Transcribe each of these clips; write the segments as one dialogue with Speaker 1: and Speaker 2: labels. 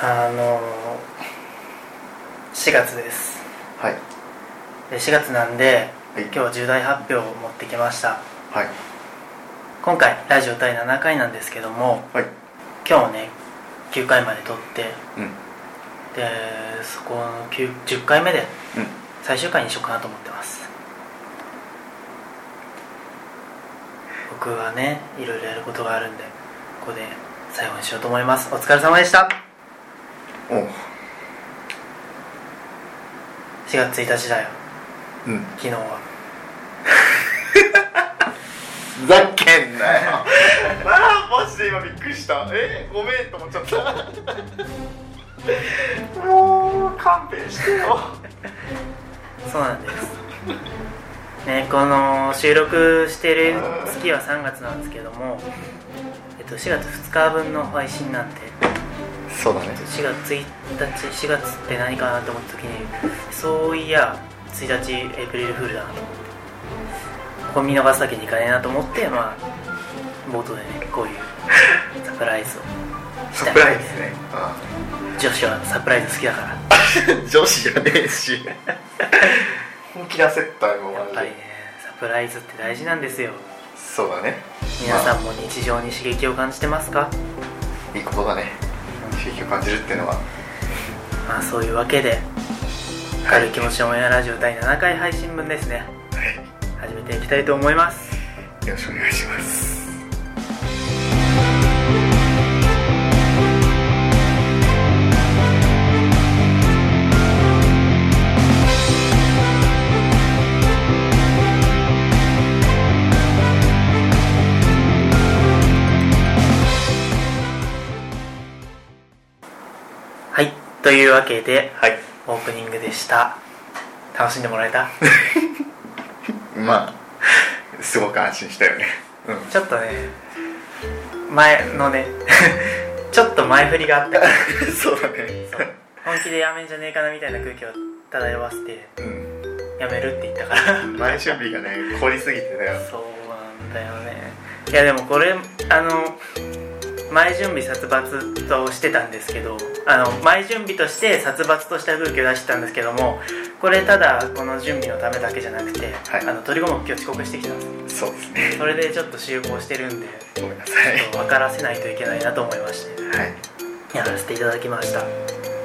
Speaker 1: あの4月です
Speaker 2: はい
Speaker 1: で4月なんで、
Speaker 2: はい
Speaker 1: 今日は重大発表を持ってきました
Speaker 2: はい
Speaker 1: 今回ラジオ第7回なんですけども
Speaker 2: はい
Speaker 1: 今日もね9回まで撮って
Speaker 2: うんうん
Speaker 1: でそこの9 10回目で最終回にしようかなと思ってます僕はねいろいろやることがあるんでここで最後にしようと思いますお疲れ様でした
Speaker 2: おう
Speaker 1: 4月1日だよ
Speaker 2: うん
Speaker 1: 昨日は
Speaker 2: ふざけんな よ
Speaker 3: あーマジで今びっくりしたえごめんと思っ ちゃったもう勘弁してよ
Speaker 1: そうなんですねこの収録してる月は3月なんですけども、えっと、4月2日分の配信なんで
Speaker 2: そうだね
Speaker 1: 4月1日4月って何かなと思った時にそういや1日エイプリルフールだなと思ってここ見逃すわけにいかねえなと思ってまあ冒頭でねこういうサプライズをした
Speaker 2: サ
Speaker 1: い
Speaker 2: プライズねあ
Speaker 1: 女子はサプライズ好きだからや
Speaker 2: あ 女子じゃねえし本気で焦ったよマ
Speaker 1: っ
Speaker 2: ジ
Speaker 1: ぱりね
Speaker 2: で
Speaker 1: サプライズって大事なんですよ
Speaker 2: そうだね
Speaker 1: 皆
Speaker 2: ま
Speaker 1: さんも日常に刺激を感じてますか、
Speaker 2: あいいことだね刺激を感じるっていうのは
Speaker 1: まあ、そういうわけで明るい気持ちのオンエアラジオ第7回配信分ですね始めていきたいと思います
Speaker 2: よろしくお願いし ます
Speaker 1: はいというわけで
Speaker 2: はい
Speaker 1: オープニングでした楽しんでもらえた
Speaker 2: まあすごく安心したよねうん
Speaker 1: ちょっとね前のね ちょっと前振りがあったから
Speaker 2: そうだね
Speaker 1: そう本気でやめんじゃねえかなみたいな空気を漂わせて
Speaker 2: う
Speaker 1: やめるって言ったから
Speaker 2: ん前準備がね凝りすぎてだよ
Speaker 1: そうなんだよねいやでもこれあの前準備殺伐としてたんですけどあの前準備として殺伐とした空気を出してたんですけどもこれただこの準備のためだけじゃなくて、
Speaker 2: はい
Speaker 1: あの鳥籠も今日遅刻してきたんです
Speaker 2: そうですね
Speaker 1: それでちょっと集合してるんで
Speaker 2: ごめんなさい
Speaker 1: ちょっと分からせないといけないなと思いまし
Speaker 2: はい
Speaker 1: てやらせていただきました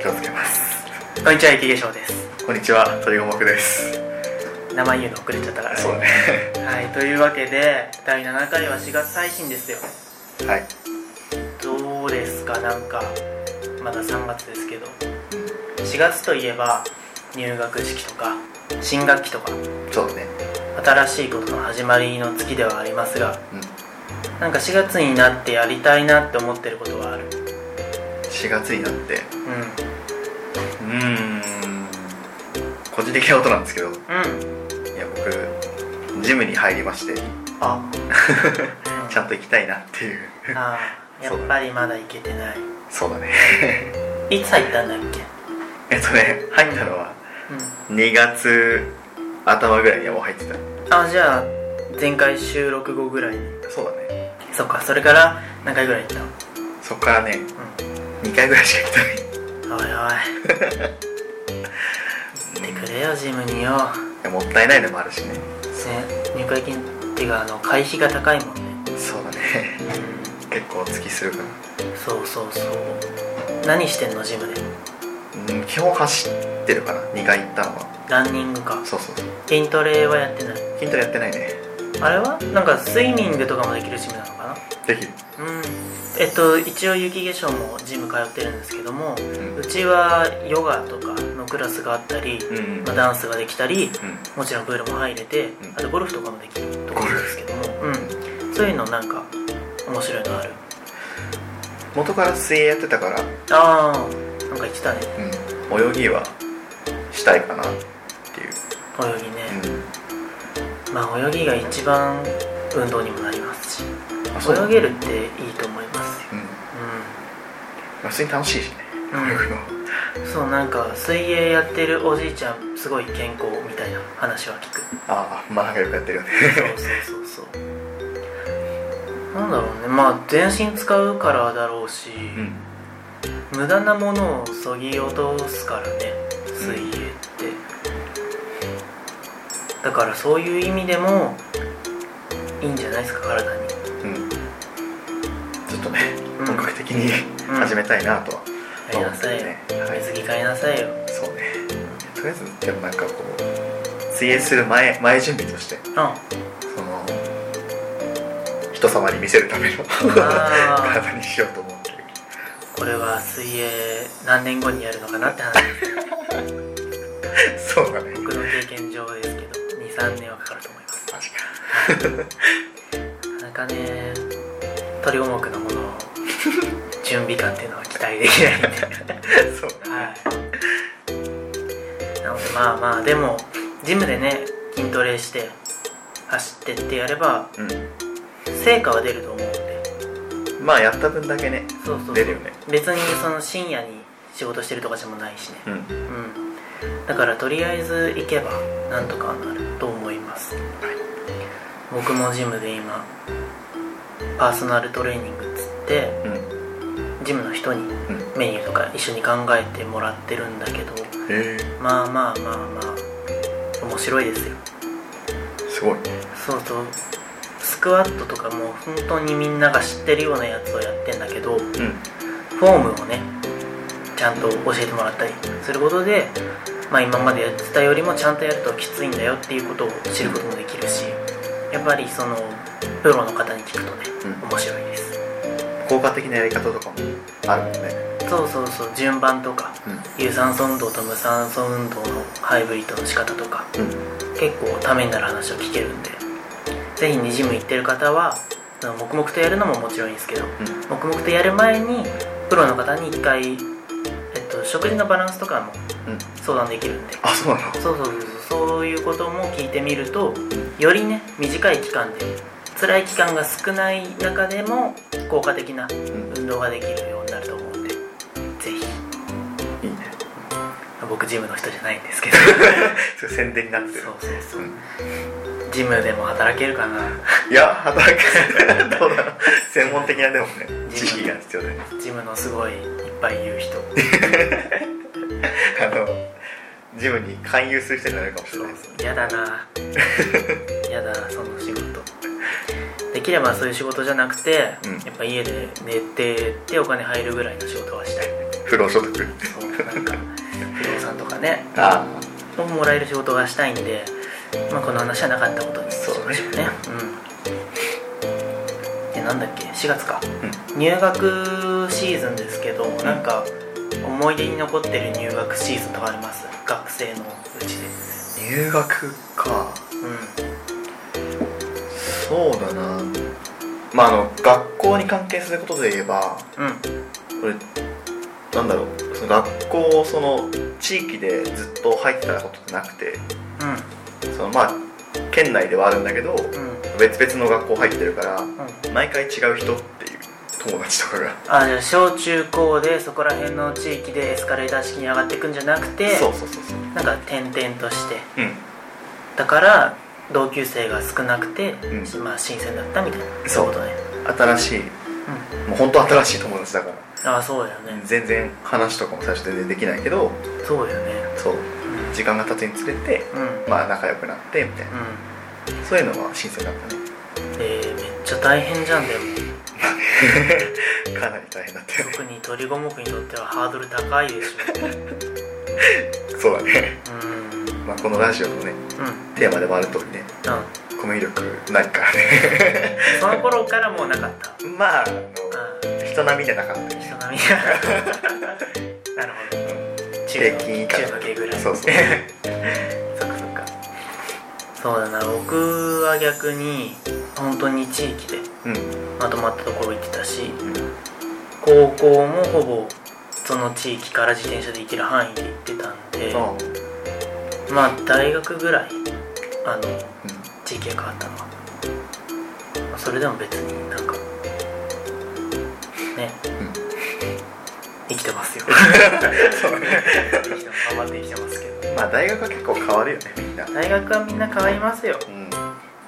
Speaker 2: 気をつけます
Speaker 1: こんにちは雪化粧です
Speaker 2: こんにちは鳥五目です
Speaker 1: 名前言うの遅れちゃったからね
Speaker 2: そうだね
Speaker 1: はいというわけで第7回は4月配信ですよ
Speaker 2: はい
Speaker 1: どうですかなんかまだ3月ですけど4月といえば入学式とか新学期とか
Speaker 2: そうだね
Speaker 1: 新しいことの始まりの月ではありますが
Speaker 2: うん
Speaker 1: なんか4月になってやりたいなって思ってることはある
Speaker 2: 4月になって
Speaker 1: う
Speaker 2: うーん個人的なことなんですけどい
Speaker 1: んうん
Speaker 2: や僕ジムに入りまして
Speaker 1: あ
Speaker 2: ちゃんと行きたいなっていう
Speaker 1: ああやっぱりまだ行けてない
Speaker 2: そうだね
Speaker 1: いつ入ったんだっけ
Speaker 2: えっとね入ったのは2月頭ぐらいにはもう入ってた
Speaker 1: うんあじゃあ前回収録後ぐらいに
Speaker 2: そうだね
Speaker 1: そっかそれから何回ぐらい行ったの
Speaker 2: そっからね2回ぐらいしか行ってない
Speaker 1: おいおい行ってくれよジムによ、
Speaker 2: いやもったいないのもあるしね
Speaker 1: ね、入会金っていうかあの会費が高いもんね
Speaker 2: そうだね結構お付きするか
Speaker 1: そうそうそう何してんのジムで
Speaker 2: らうん基本走ってるかな2回行ったのは
Speaker 1: ランニングか
Speaker 2: そうそうそう
Speaker 1: 筋トレはやってない
Speaker 2: 筋トレやってないね
Speaker 1: あれはなんかスイミングとかもできるジムなのか
Speaker 2: できる
Speaker 1: なうんえっと一応雪化粧もジム通ってるんですけども
Speaker 2: うん
Speaker 1: うちはヨガとかのクラスがあったり、
Speaker 2: うんうん
Speaker 1: まあ、ダンスができたり
Speaker 2: うん
Speaker 1: もちろんプールも入れて、
Speaker 2: ん
Speaker 1: あとゴルフとかもできるところですけども、うん、そういうのなんか面白いのある
Speaker 2: 元から水泳やってたから、
Speaker 1: ああなんか言ってたね
Speaker 2: うん、泳ぎはしたいかなっていう、
Speaker 1: 泳ぎね、まあ泳ぎが一番運動にもなりますし
Speaker 2: うん、あそうだ
Speaker 1: 泳げるっていいと思いますよ
Speaker 2: うん、まあ普通に楽しいしね
Speaker 1: うん
Speaker 2: 泳ぐの
Speaker 1: うんそうなんか水泳やってるおじいちゃんすごい健康みたいな話は聞 く
Speaker 2: ああまあなんかよくやってるよね
Speaker 1: そうそうそうそうなんだろうねまあ全身使うからだろうし、
Speaker 2: うん
Speaker 1: 無駄なものをそぎ落とすからね水泳って、だからそういう意味でもいいんじゃないですか体に
Speaker 2: うんちょっとね
Speaker 1: うん
Speaker 2: 本格的に
Speaker 1: うん
Speaker 2: 始めたいなとは
Speaker 1: やりなさいよ、
Speaker 2: はい
Speaker 1: 水着買いなさいよ
Speaker 2: そうねとりあえずでもなんかこう水泳する前前準備として
Speaker 1: うんあ
Speaker 2: その人様に見せるための
Speaker 1: あ
Speaker 2: 体にしようと思ってる
Speaker 1: これは水泳何年後にやるのかなって話
Speaker 2: そうだね
Speaker 1: 僕の経験上ですけど23年はかかると思います
Speaker 2: マジか
Speaker 1: なかなかね鳥重くのものを 準備感っていうのは期待できないんで
Speaker 2: そうだね
Speaker 1: はいなのでまあまあでもジムでね筋トレして走ってってやれば成果は出ると思うんで
Speaker 2: うんまあやった分だけね
Speaker 1: そうそうそう
Speaker 2: 出るよね
Speaker 1: 別にその深夜に仕事してるとかじゃもないしね
Speaker 2: うん
Speaker 1: うんだからとりあえず行けばなんとかなると思います、僕もジムで今パーソナルトレーニングっつって
Speaker 2: うん
Speaker 1: ジムの人に
Speaker 2: うん
Speaker 1: メニューとか一緒に考えてもらってるんだけど
Speaker 2: へえ
Speaker 1: まあまあまあまあ面白いですよ
Speaker 2: すごいね
Speaker 1: そうそうスクワットとかも本当にみんなが知ってるようなやつをやってんだけどフ
Speaker 2: うん
Speaker 1: ォームをねちゃんと教えてもらったりすることで、まあ、今までやってたよりもちゃんとやるときついんだよっていうことを知ることもできるしやっぱりそのプロの方に聞くとね
Speaker 2: うん
Speaker 1: 面白いです
Speaker 2: 効果的なやり方とかもあるもんね
Speaker 1: そうそうそう順番とか
Speaker 2: う
Speaker 1: 有酸素運動と無酸素運動のハイブリッドの仕方とか
Speaker 2: んうん
Speaker 1: 結構ためになる話を聞けるんでぜひにジム行ってる方はその黙々とやるのももちろんいいんですけど黙々とやる前にプロの方に一回、えっと、食事のバランスとかも
Speaker 2: うん
Speaker 1: 相談できるんで
Speaker 2: あそうなの
Speaker 1: そうそうそうそうそういうことも聞いてみるとよりね短い期間で辛い期間が少ない中でも効果的な
Speaker 2: うん
Speaker 1: 運動ができるようになると思うんでぜひ
Speaker 2: いいね
Speaker 1: 僕ジムの人じゃないんですけど
Speaker 2: それ宣伝になってる
Speaker 1: そうそうそううんジムでも働けるかない
Speaker 2: や働く どうだろう専門的なでもね知識が必要だよね
Speaker 1: ジムのすごいいっぱい言う人
Speaker 2: あのジムに勧誘する人になるかもしれないですね
Speaker 1: 嫌だ な嫌だなその仕事できればそういう仕事じゃなくて、
Speaker 2: うん
Speaker 1: やっぱ家で寝ててお金入るぐらいの仕事はしたい
Speaker 2: 不労所得
Speaker 1: そうなんか不動産とかね
Speaker 2: あ
Speaker 1: をもらえる仕事がしたいんで、まあ、この話はなかったことにし
Speaker 2: そう
Speaker 1: ま
Speaker 2: ね
Speaker 1: しょうねうんでなんだっけ4月か、
Speaker 2: う
Speaker 1: 入学シーズンですけど、なんか思い出に残ってる入学シーズンとかあります学生のうちで
Speaker 2: 入学か
Speaker 1: う
Speaker 2: そうだなまああの学校に関係することで言えば
Speaker 1: んうん
Speaker 2: これなんだろうその学校をその地域でずっと入ってたことってなくて
Speaker 1: うん
Speaker 2: そのまあ県内ではあるんだけど
Speaker 1: うん
Speaker 2: 別々の学校入ってるから
Speaker 1: うん
Speaker 2: 毎回違う人っていう友達とかが
Speaker 1: あじゃあ小中高でそこら辺の地域でエスカレーター式に上がっていくんじゃなくて
Speaker 2: そうそうそうそう
Speaker 1: なんか転々として
Speaker 2: うん
Speaker 1: だから同級生が少なくて、
Speaker 2: うん
Speaker 1: まあ新鮮だったみたいな
Speaker 2: そう
Speaker 1: ことね、
Speaker 2: 新しいもう本当新しい友達だか
Speaker 1: うん、ああそうだよ
Speaker 2: ら
Speaker 1: ね
Speaker 2: 全然話とかも最初でできないけど
Speaker 1: そうだよね
Speaker 2: そう時間が経つにつれて
Speaker 1: うんうん
Speaker 2: まあ仲良くなってみたいなそういうのは新鮮だったね
Speaker 1: えー、めっちゃ大変じゃんでも
Speaker 2: かなり大変だったよね
Speaker 1: 特に鳥五目にとってはハードル高いでしょ
Speaker 2: そうだね、
Speaker 1: うんうん
Speaker 2: まあ、このラジオのね
Speaker 1: うん
Speaker 2: テーマでもある通りねコミュ力ないからね
Speaker 1: その頃からもうなかったあ
Speaker 2: まああ
Speaker 1: あ
Speaker 2: の人並みじゃなかったよ
Speaker 1: 人並みが なるほど中
Speaker 2: 平
Speaker 1: の
Speaker 2: 均以下
Speaker 1: 中の下ぐらい
Speaker 2: そうそう
Speaker 1: そっかそっかそうだな僕は逆に本当に地域で
Speaker 2: うん
Speaker 1: まとまったところ行ってたし
Speaker 2: うん
Speaker 1: 高校もほぼその地域から自転車で行ける範囲で行ってたんで
Speaker 2: あ
Speaker 1: まあ大学ぐらいあの
Speaker 2: う
Speaker 1: 地域が変わったのはまあそれでも別になんかね、
Speaker 2: うん
Speaker 1: 生きてます よ
Speaker 2: んそうね
Speaker 1: 生きてます頑張って生きてますけど
Speaker 2: まあ大学は結構変わるよねみんな
Speaker 1: 大学はみんな変わりますよ
Speaker 2: うん
Speaker 1: で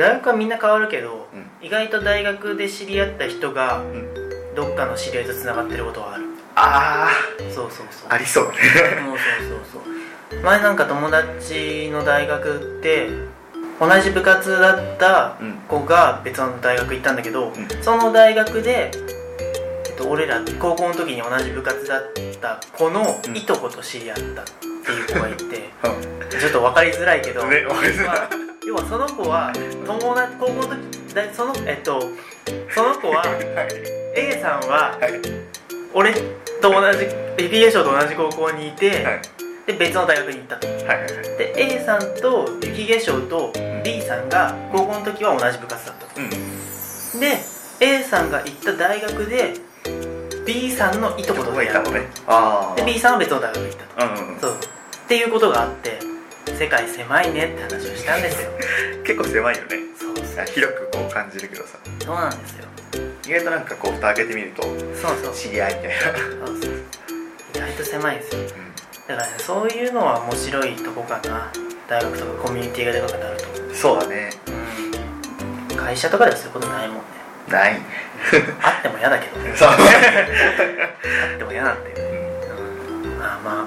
Speaker 1: 大学はみんな変わるけど、
Speaker 2: うん
Speaker 1: 意外と大学で知り合った人が
Speaker 2: うん
Speaker 1: どっかの知り合いとつながってることはある
Speaker 2: あ
Speaker 1: そうそうそう
Speaker 2: あありそうだね
Speaker 1: そうそうそうそう前なんか友達の大学って同じ部活だった
Speaker 2: うん
Speaker 1: 子が別の大学行ったんだけど、
Speaker 2: ん
Speaker 1: その大学で、えっと、俺ら高校の時に同じ部活だった子の
Speaker 2: うん
Speaker 1: いとこと知り合ったっていう子がいて、
Speaker 2: う
Speaker 1: ちょっと分かりづらいけど、
Speaker 2: んねわかりづ
Speaker 1: ま
Speaker 2: らい
Speaker 1: あ、要はその子は友達高校の時だいそのえっとその子は A さんは
Speaker 2: はい
Speaker 1: 俺と同じ BA 賞と同じ高校にいて、
Speaker 2: はい
Speaker 1: で別の大学に行ったと
Speaker 2: はいはいはい
Speaker 1: で A さんと雪化粧と B さんが高校の時は同じ部活だった
Speaker 2: うん
Speaker 1: とで A さんが行った大学で B さんのいとこと
Speaker 2: が
Speaker 1: 出
Speaker 2: い
Speaker 1: 会
Speaker 2: た
Speaker 1: っ
Speaker 2: のねあ
Speaker 1: で
Speaker 2: ー
Speaker 1: B さんは別の大学に行ったと
Speaker 2: うんうん
Speaker 1: そうっていうことがあって世界狭いねって話をしたんですよ
Speaker 2: うん結構狭いよね
Speaker 1: そうそう
Speaker 2: 広くこう感じるけどさ
Speaker 1: そうなんですよ
Speaker 2: 意外となんかこう蓋開けてみると
Speaker 1: そうそう
Speaker 2: 知り合いみたいな、
Speaker 1: そうそう意外と狭いんですよ
Speaker 2: うん
Speaker 1: だからねそういうのは面白いとこかな大学とかコミュニティがでかくなると
Speaker 2: そうだね
Speaker 1: うん会社とかではそういうことないもんね
Speaker 2: ないね
Speaker 1: あっても嫌だけどね
Speaker 2: そうね、
Speaker 1: あっても嫌なんだよねうんまあまあ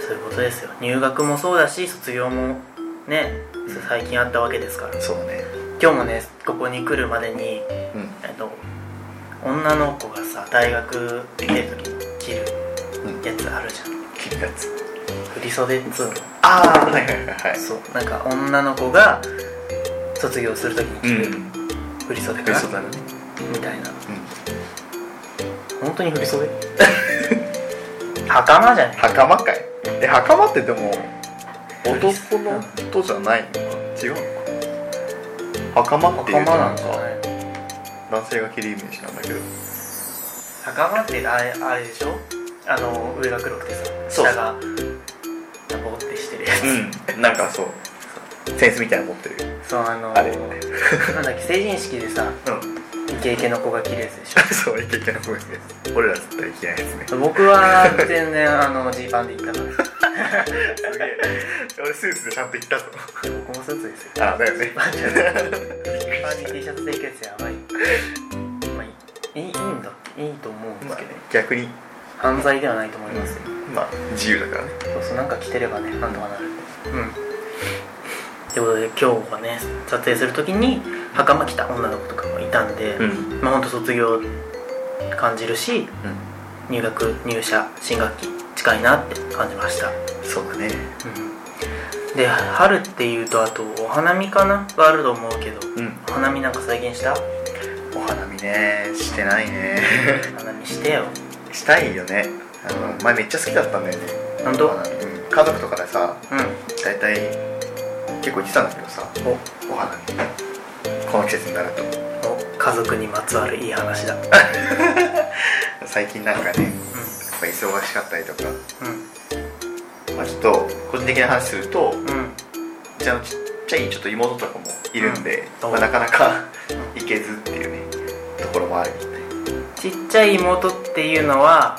Speaker 1: そういうことですよ入学もそうだし卒業もね
Speaker 2: ん
Speaker 1: 最近あったわけですから
Speaker 2: そうね
Speaker 1: 今日もねここに来るまでに
Speaker 2: うん
Speaker 1: えっと女の子がさ大学出てる時に着るやつあるじゃん
Speaker 2: 金髪
Speaker 1: 振袖っつうの
Speaker 2: ああはいはいはいはい
Speaker 1: そうなんか女の子が卒業するときに着る
Speaker 2: ん
Speaker 1: 振袖か
Speaker 2: ベ
Speaker 1: な、
Speaker 2: ストだね
Speaker 1: みたいな
Speaker 2: うん
Speaker 1: 本当に振 袖袴じゃね
Speaker 2: 袴かいえ袴ってでも男の人じゃないのか違うのか袴ってい
Speaker 1: 袴
Speaker 2: うとな
Speaker 1: なんん
Speaker 2: か
Speaker 1: じゃない
Speaker 2: 男性が着るイメージなんだけど
Speaker 1: 袴ってあれあれでしょあの上が黒くてさ
Speaker 2: そう
Speaker 1: 下がダボってしてるや
Speaker 2: うんなんかそうセンスみたいなの持ってる
Speaker 1: つそうあの
Speaker 2: あれ
Speaker 1: なんだっけ成人式でさ
Speaker 2: うん
Speaker 1: イケイケの子が着るやつでし
Speaker 2: そういけいけな声です俺ら絶対着ないですね
Speaker 1: ょ僕は全然あのジーパンで行ったから
Speaker 2: すげえ俺スーツでちゃんと行ったぞ
Speaker 1: 僕もスーツですよ
Speaker 2: あだよね
Speaker 1: パンじゃないパンに T シャツで行くやつやばいまあいいいいいんだいいと思うんですけど、
Speaker 2: 逆に
Speaker 1: 犯罪ではないと思いますよ、
Speaker 2: まあ自由だからね
Speaker 1: そうそうなんか着てればねなんとかなるうんということで今日はね撮影する時に袴着た女の子とかもいたんで、
Speaker 2: ん
Speaker 1: まあほんと卒業感じるし
Speaker 2: うん
Speaker 1: 入学入社新学期近いなって感じました、
Speaker 2: そうだね
Speaker 1: うん、で春っていうとあとお花見かながあると思うけど
Speaker 2: うん
Speaker 1: お花見なんか再現した
Speaker 2: お花見ねしてない ね
Speaker 1: お花見してよ
Speaker 2: したいよねあの前めっちゃ好きだったんだよね
Speaker 1: 本当
Speaker 2: お花見うん家族とかでさ
Speaker 1: うん
Speaker 2: 大体結構行ってたんだけどさお花見この季節になると
Speaker 1: おお家族にまつわるいい話だうん
Speaker 2: 最近なんかねやっぱ忙しかったりとかまあちょっと個人的な話すると
Speaker 1: うんうん
Speaker 2: うちのちっちゃいちょっと妹とかもいるんで、
Speaker 1: うん
Speaker 2: まあ、なかなか 行けずっていうねところもあるみたい
Speaker 1: ちっちゃい妹っていうのは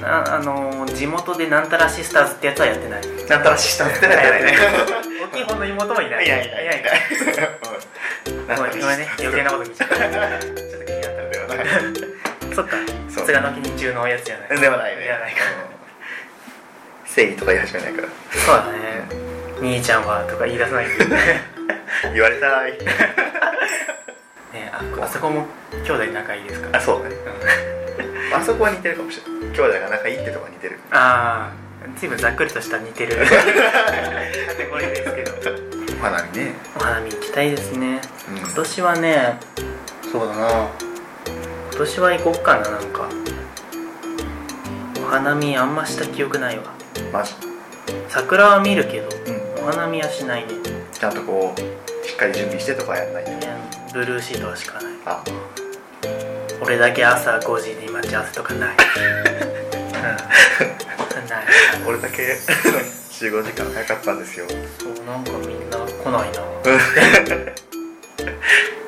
Speaker 1: なあのー地元でなんたらシスターズってやつはやってない
Speaker 2: なんたらし下ってないね
Speaker 1: 大きい方の妹もいない
Speaker 2: いやいやいやいやうんなん
Speaker 1: ご
Speaker 2: た
Speaker 1: め
Speaker 2: ら
Speaker 1: ん
Speaker 2: し
Speaker 1: ごめんね余計なこと聞いちゃっ
Speaker 2: ちょっと気になったのではない
Speaker 1: たそっか
Speaker 2: そう
Speaker 1: 貫きに中のやつじゃない
Speaker 2: ではないね
Speaker 1: ではないか
Speaker 2: うん正義とか言い始めないから
Speaker 1: そうだね兄ちゃんはとか言い出さ ないでね
Speaker 2: 言われたい
Speaker 1: ああそこも兄弟仲いいですから
Speaker 2: あそうだね
Speaker 1: うん
Speaker 2: あそこは似てるかもしれない兄弟が仲いいってとこは似てる
Speaker 1: ああ随分ざっくりとした似 てるこれですけど
Speaker 2: お花見ね
Speaker 1: お花見行きたいですね
Speaker 2: うん
Speaker 1: 今年はねそうだな今年は行こっかななんかお花見あんました記憶ないわ
Speaker 2: マジ
Speaker 1: 桜は見るけど
Speaker 2: うん
Speaker 1: お花見はしないね
Speaker 2: ちゃんとこうしっかり準備してとかやんないと
Speaker 1: ブルーシートはしかない
Speaker 2: あ
Speaker 1: 俺だけ朝5時に待ち合わせとかないうんない
Speaker 2: 俺だ け集合時間早かったんですよ
Speaker 1: そうなんかみんな来ない な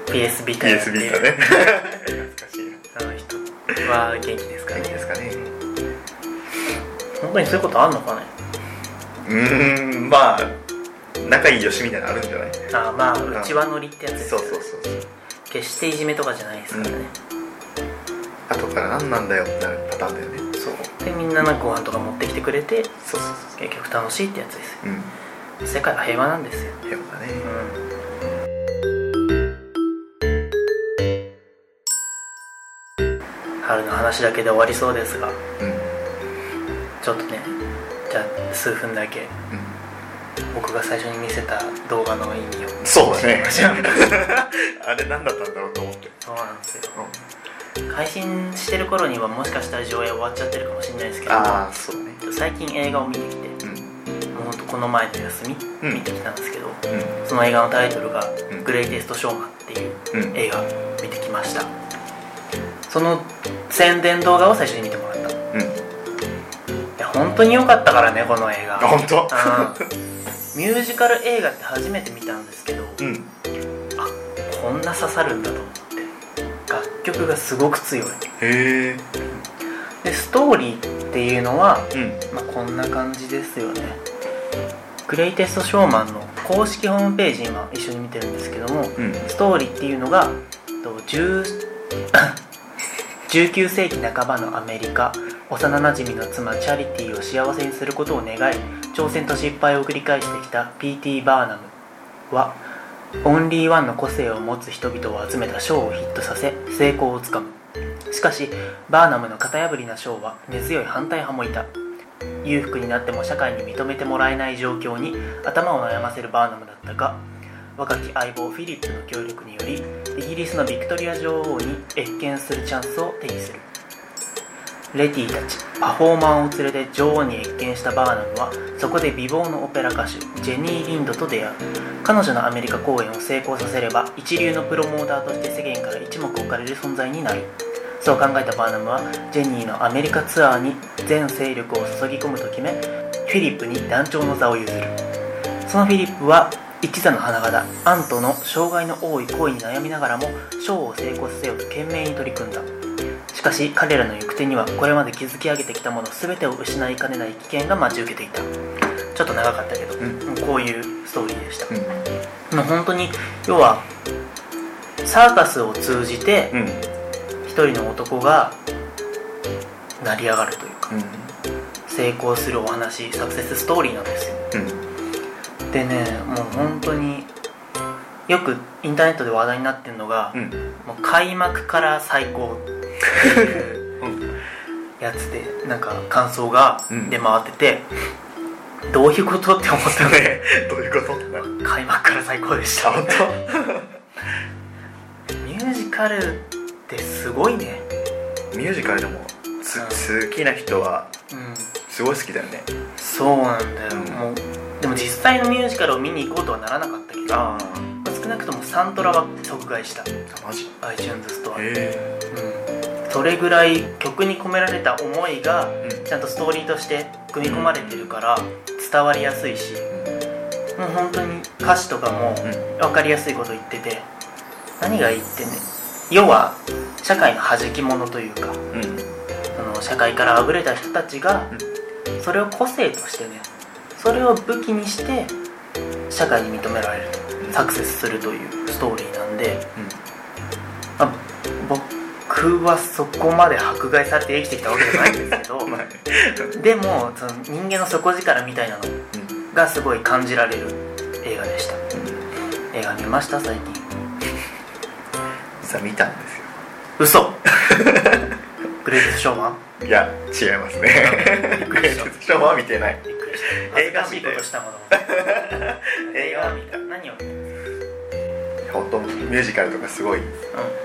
Speaker 1: PS ビタやって
Speaker 2: PS ビータね 懐かしいな
Speaker 1: あの人は元気ですか
Speaker 2: 元
Speaker 1: ね
Speaker 2: 気ですかね
Speaker 1: 本当にそういうことあんのかね
Speaker 2: うーんまあ仲いいよしみたいなのあるんじゃない
Speaker 1: あまあうちわ乗りってやつです
Speaker 2: そう
Speaker 1: よ
Speaker 2: そ
Speaker 1: ね
Speaker 2: うそうそう
Speaker 1: 決していじめとかじゃないですからね、
Speaker 2: 後から何なんだよってなるパターンだよね
Speaker 1: そう
Speaker 2: そう
Speaker 1: でみんななんかご飯とか持ってきてくれて
Speaker 2: そうそう
Speaker 1: 結局楽しいってやつです
Speaker 2: そううん
Speaker 1: よ世界は平和なんですよ
Speaker 2: 平和だね
Speaker 1: うん春の話だけで終わりそうですが
Speaker 2: うん
Speaker 1: ちょっとねじゃあ数分だけ僕が最初に見せた動画の意味を
Speaker 2: うんそうだね
Speaker 1: 知らん
Speaker 2: あれ何だったんだろうと思って
Speaker 1: そうなんですよ
Speaker 2: う
Speaker 1: 配信してる頃にはもしかしたら上映終わっちゃってるかもしれないですけ
Speaker 2: ん
Speaker 1: ど
Speaker 2: ああそうね
Speaker 1: 最近映画を見てきて
Speaker 2: うん
Speaker 1: もうほんとこの前の休み、
Speaker 2: うん
Speaker 1: 見てきたんですけど
Speaker 2: うん
Speaker 1: その映画のタイトルが「
Speaker 2: うん
Speaker 1: グレイテスト・ショーマン」っていう
Speaker 2: うん
Speaker 1: 映画見てきましたその宣伝動画を最初に見てもらったい
Speaker 2: うん
Speaker 1: や本当に良かったからねこの映
Speaker 2: あ
Speaker 1: 画
Speaker 2: 本当
Speaker 1: うんミュージカル映画って初めて見たんですけど
Speaker 2: うん
Speaker 1: こんな刺さるんだと思って楽曲がすごく強い
Speaker 2: へえ
Speaker 1: でストーリーっていうのは、
Speaker 2: うん
Speaker 1: まあ、こんな感じですよねグレイテストショーマンの公式ホームページ今一緒に見てるんですけども
Speaker 2: うん
Speaker 1: ストーリーっていうのがと10 19世紀半ばのアメリカ幼なじみの妻チャリティを幸せにすることを願い挑戦と失敗を繰り返してきた P.T. バーナムはオンリーワンの個性を持つ人々を集めたショーをヒットさせ成功をつかむしかしバーナムの型破りなショーは根強い反対派もいた裕福になっても社会に認めてもらえない状況に頭を悩ませるバーナムだったが若き相棒フィリップの協力によりイギリスのビクトリア女王に謁見するチャンスを手にするレティたちパフォーマーを連れて女王に謁見したバーナムはそこで美貌のオペラ歌手ジェニー・リンドと出会う彼女のアメリカ公演を成功させれば一流のプロモーターとして世間から一目置かれる存在になるそう考えたバーナムはジェニーのアメリカツアーに全勢力を注ぎ込むと決めフィリップに団長の座を譲るそのフィリップは一座の花形アントの障害の多い恋に悩みながらもショーを成功させようと懸命に取り組んだしかし彼らの行く手にはこれまで築き上げてきたもの全てを失いかねない危険が待ち受けていたちょっと長かったけど、
Speaker 2: ん
Speaker 1: こういうストーリーでした、
Speaker 2: うん
Speaker 1: もう本当に要はサーカスを通じて
Speaker 2: うん
Speaker 1: 一人の男が成り上がるというか成功するお話サクセスストーリーなんですよ
Speaker 2: うん
Speaker 1: でねもう本当によくインターネットで話題になってるのが、
Speaker 2: うん
Speaker 1: もう開幕から最高っていう
Speaker 2: う
Speaker 1: やつでなんか感想が
Speaker 2: うん
Speaker 1: 出回ってて、どういうことって思ったので
Speaker 2: どういうこと
Speaker 1: 開幕から最高でした本当ミュージカルってすごいね
Speaker 2: ミュージカルでもす好きな人は
Speaker 1: うん
Speaker 2: すごい好きだよね
Speaker 1: そうなんだよ、
Speaker 2: うん
Speaker 1: もうでも実際のミュージカルを見に行こうとはならなかったけどまあ
Speaker 2: ああ
Speaker 1: 少なくともサントラは即買いした
Speaker 2: マジ
Speaker 1: iTunes ストアで
Speaker 2: へ
Speaker 1: うんそれぐらい曲に込められた思いが
Speaker 2: え
Speaker 1: ちゃんとストーリーとして組み込まれてるから伝わりやすいしもう本当に歌詞とかも
Speaker 2: うん
Speaker 1: 分かりやすいこと言ってて何がいいってね要は社会の弾き物というか
Speaker 2: うんうん
Speaker 1: その社会からあぶれた人たちがそれを個性としてねそれを武器にして社会に認められるサクセスするというストーリーなんで。まあ、僕はそこまで迫害されて生きてきたわけじゃないんですけ ど
Speaker 2: うんまあ
Speaker 1: でもその人間の底力みたいなの
Speaker 2: うん
Speaker 1: がすごい感じられる映画でした映画見ました最近
Speaker 2: 実は見たんです
Speaker 1: 嘘
Speaker 2: よ
Speaker 1: グレイテストショーマン
Speaker 2: いや違いますねグレイテストショーは見てない
Speaker 1: びっくりした恥ずかしいことしたもの
Speaker 2: 映画見
Speaker 1: た何を見たうん
Speaker 2: 本当ミュージカルとかすごい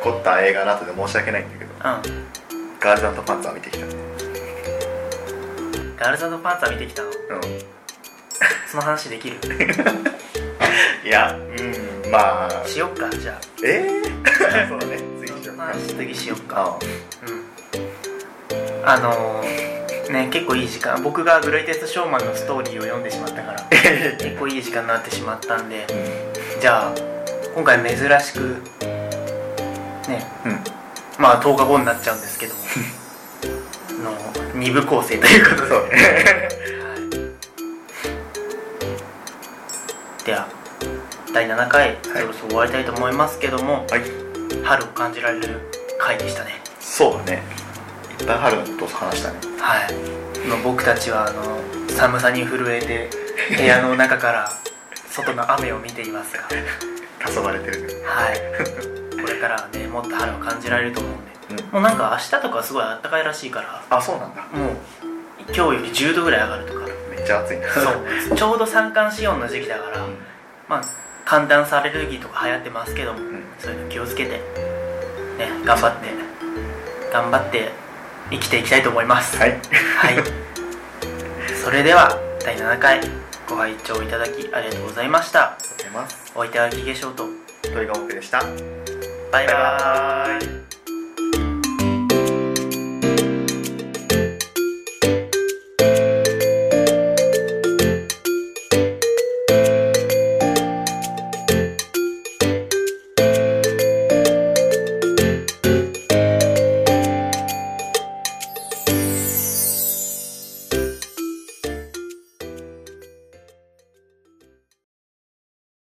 Speaker 2: 凝った映画なとで申し訳ないんだけどガールズパンツァー見てきたうん
Speaker 1: うんガールズパンツァー見てきたのその話できる
Speaker 2: いやうんまあ
Speaker 1: しよっかじゃ
Speaker 2: ええ そうね
Speaker 1: あ
Speaker 2: 次し
Speaker 1: そ
Speaker 2: よう
Speaker 1: の話次しよっ
Speaker 2: か
Speaker 1: か
Speaker 2: あ
Speaker 1: うんあのーね結構いい時間僕が「グレイテスト・ショーマン」のストーリーを読んでしまった から結構いい時間になってしまったんでじゃあ今回珍しくね
Speaker 2: うん
Speaker 1: まあ10日後になっちゃうんですけども の2部構成ということで、
Speaker 2: そうね
Speaker 1: はいでは第7回そろそろ終わりたいと思いますけども、
Speaker 2: はい
Speaker 1: 春を感じられる回でしたね
Speaker 2: そうだねダハルと話したね
Speaker 1: はいもう僕たちはあの寒さに震えて部屋の中 から外の雨を見ていますが
Speaker 2: 黄昏れてる
Speaker 1: はいこれからはねもっと春を感じられると思うんで
Speaker 2: うん
Speaker 1: もうなんか明日とかすごい暖かいらしいから
Speaker 2: あそうなんだ
Speaker 1: もう今日より10度ぐらい上が るとか
Speaker 2: めっちゃ暑いんだ
Speaker 1: そうちょうど三寒四温の時期だから、まあ寒暖差アレルギーとか流行ってますけども
Speaker 2: うんうん
Speaker 1: そういうの気をつけてね頑張って頑張って生きていきたいと思います
Speaker 2: はい
Speaker 1: はい、それでは第7回ご拝聴いただきありがとうございました
Speaker 2: 出ます
Speaker 1: お相手はギゲショート
Speaker 2: トイガオペでした
Speaker 1: バイバ
Speaker 2: バイ
Speaker 1: イ
Speaker 2: バーイ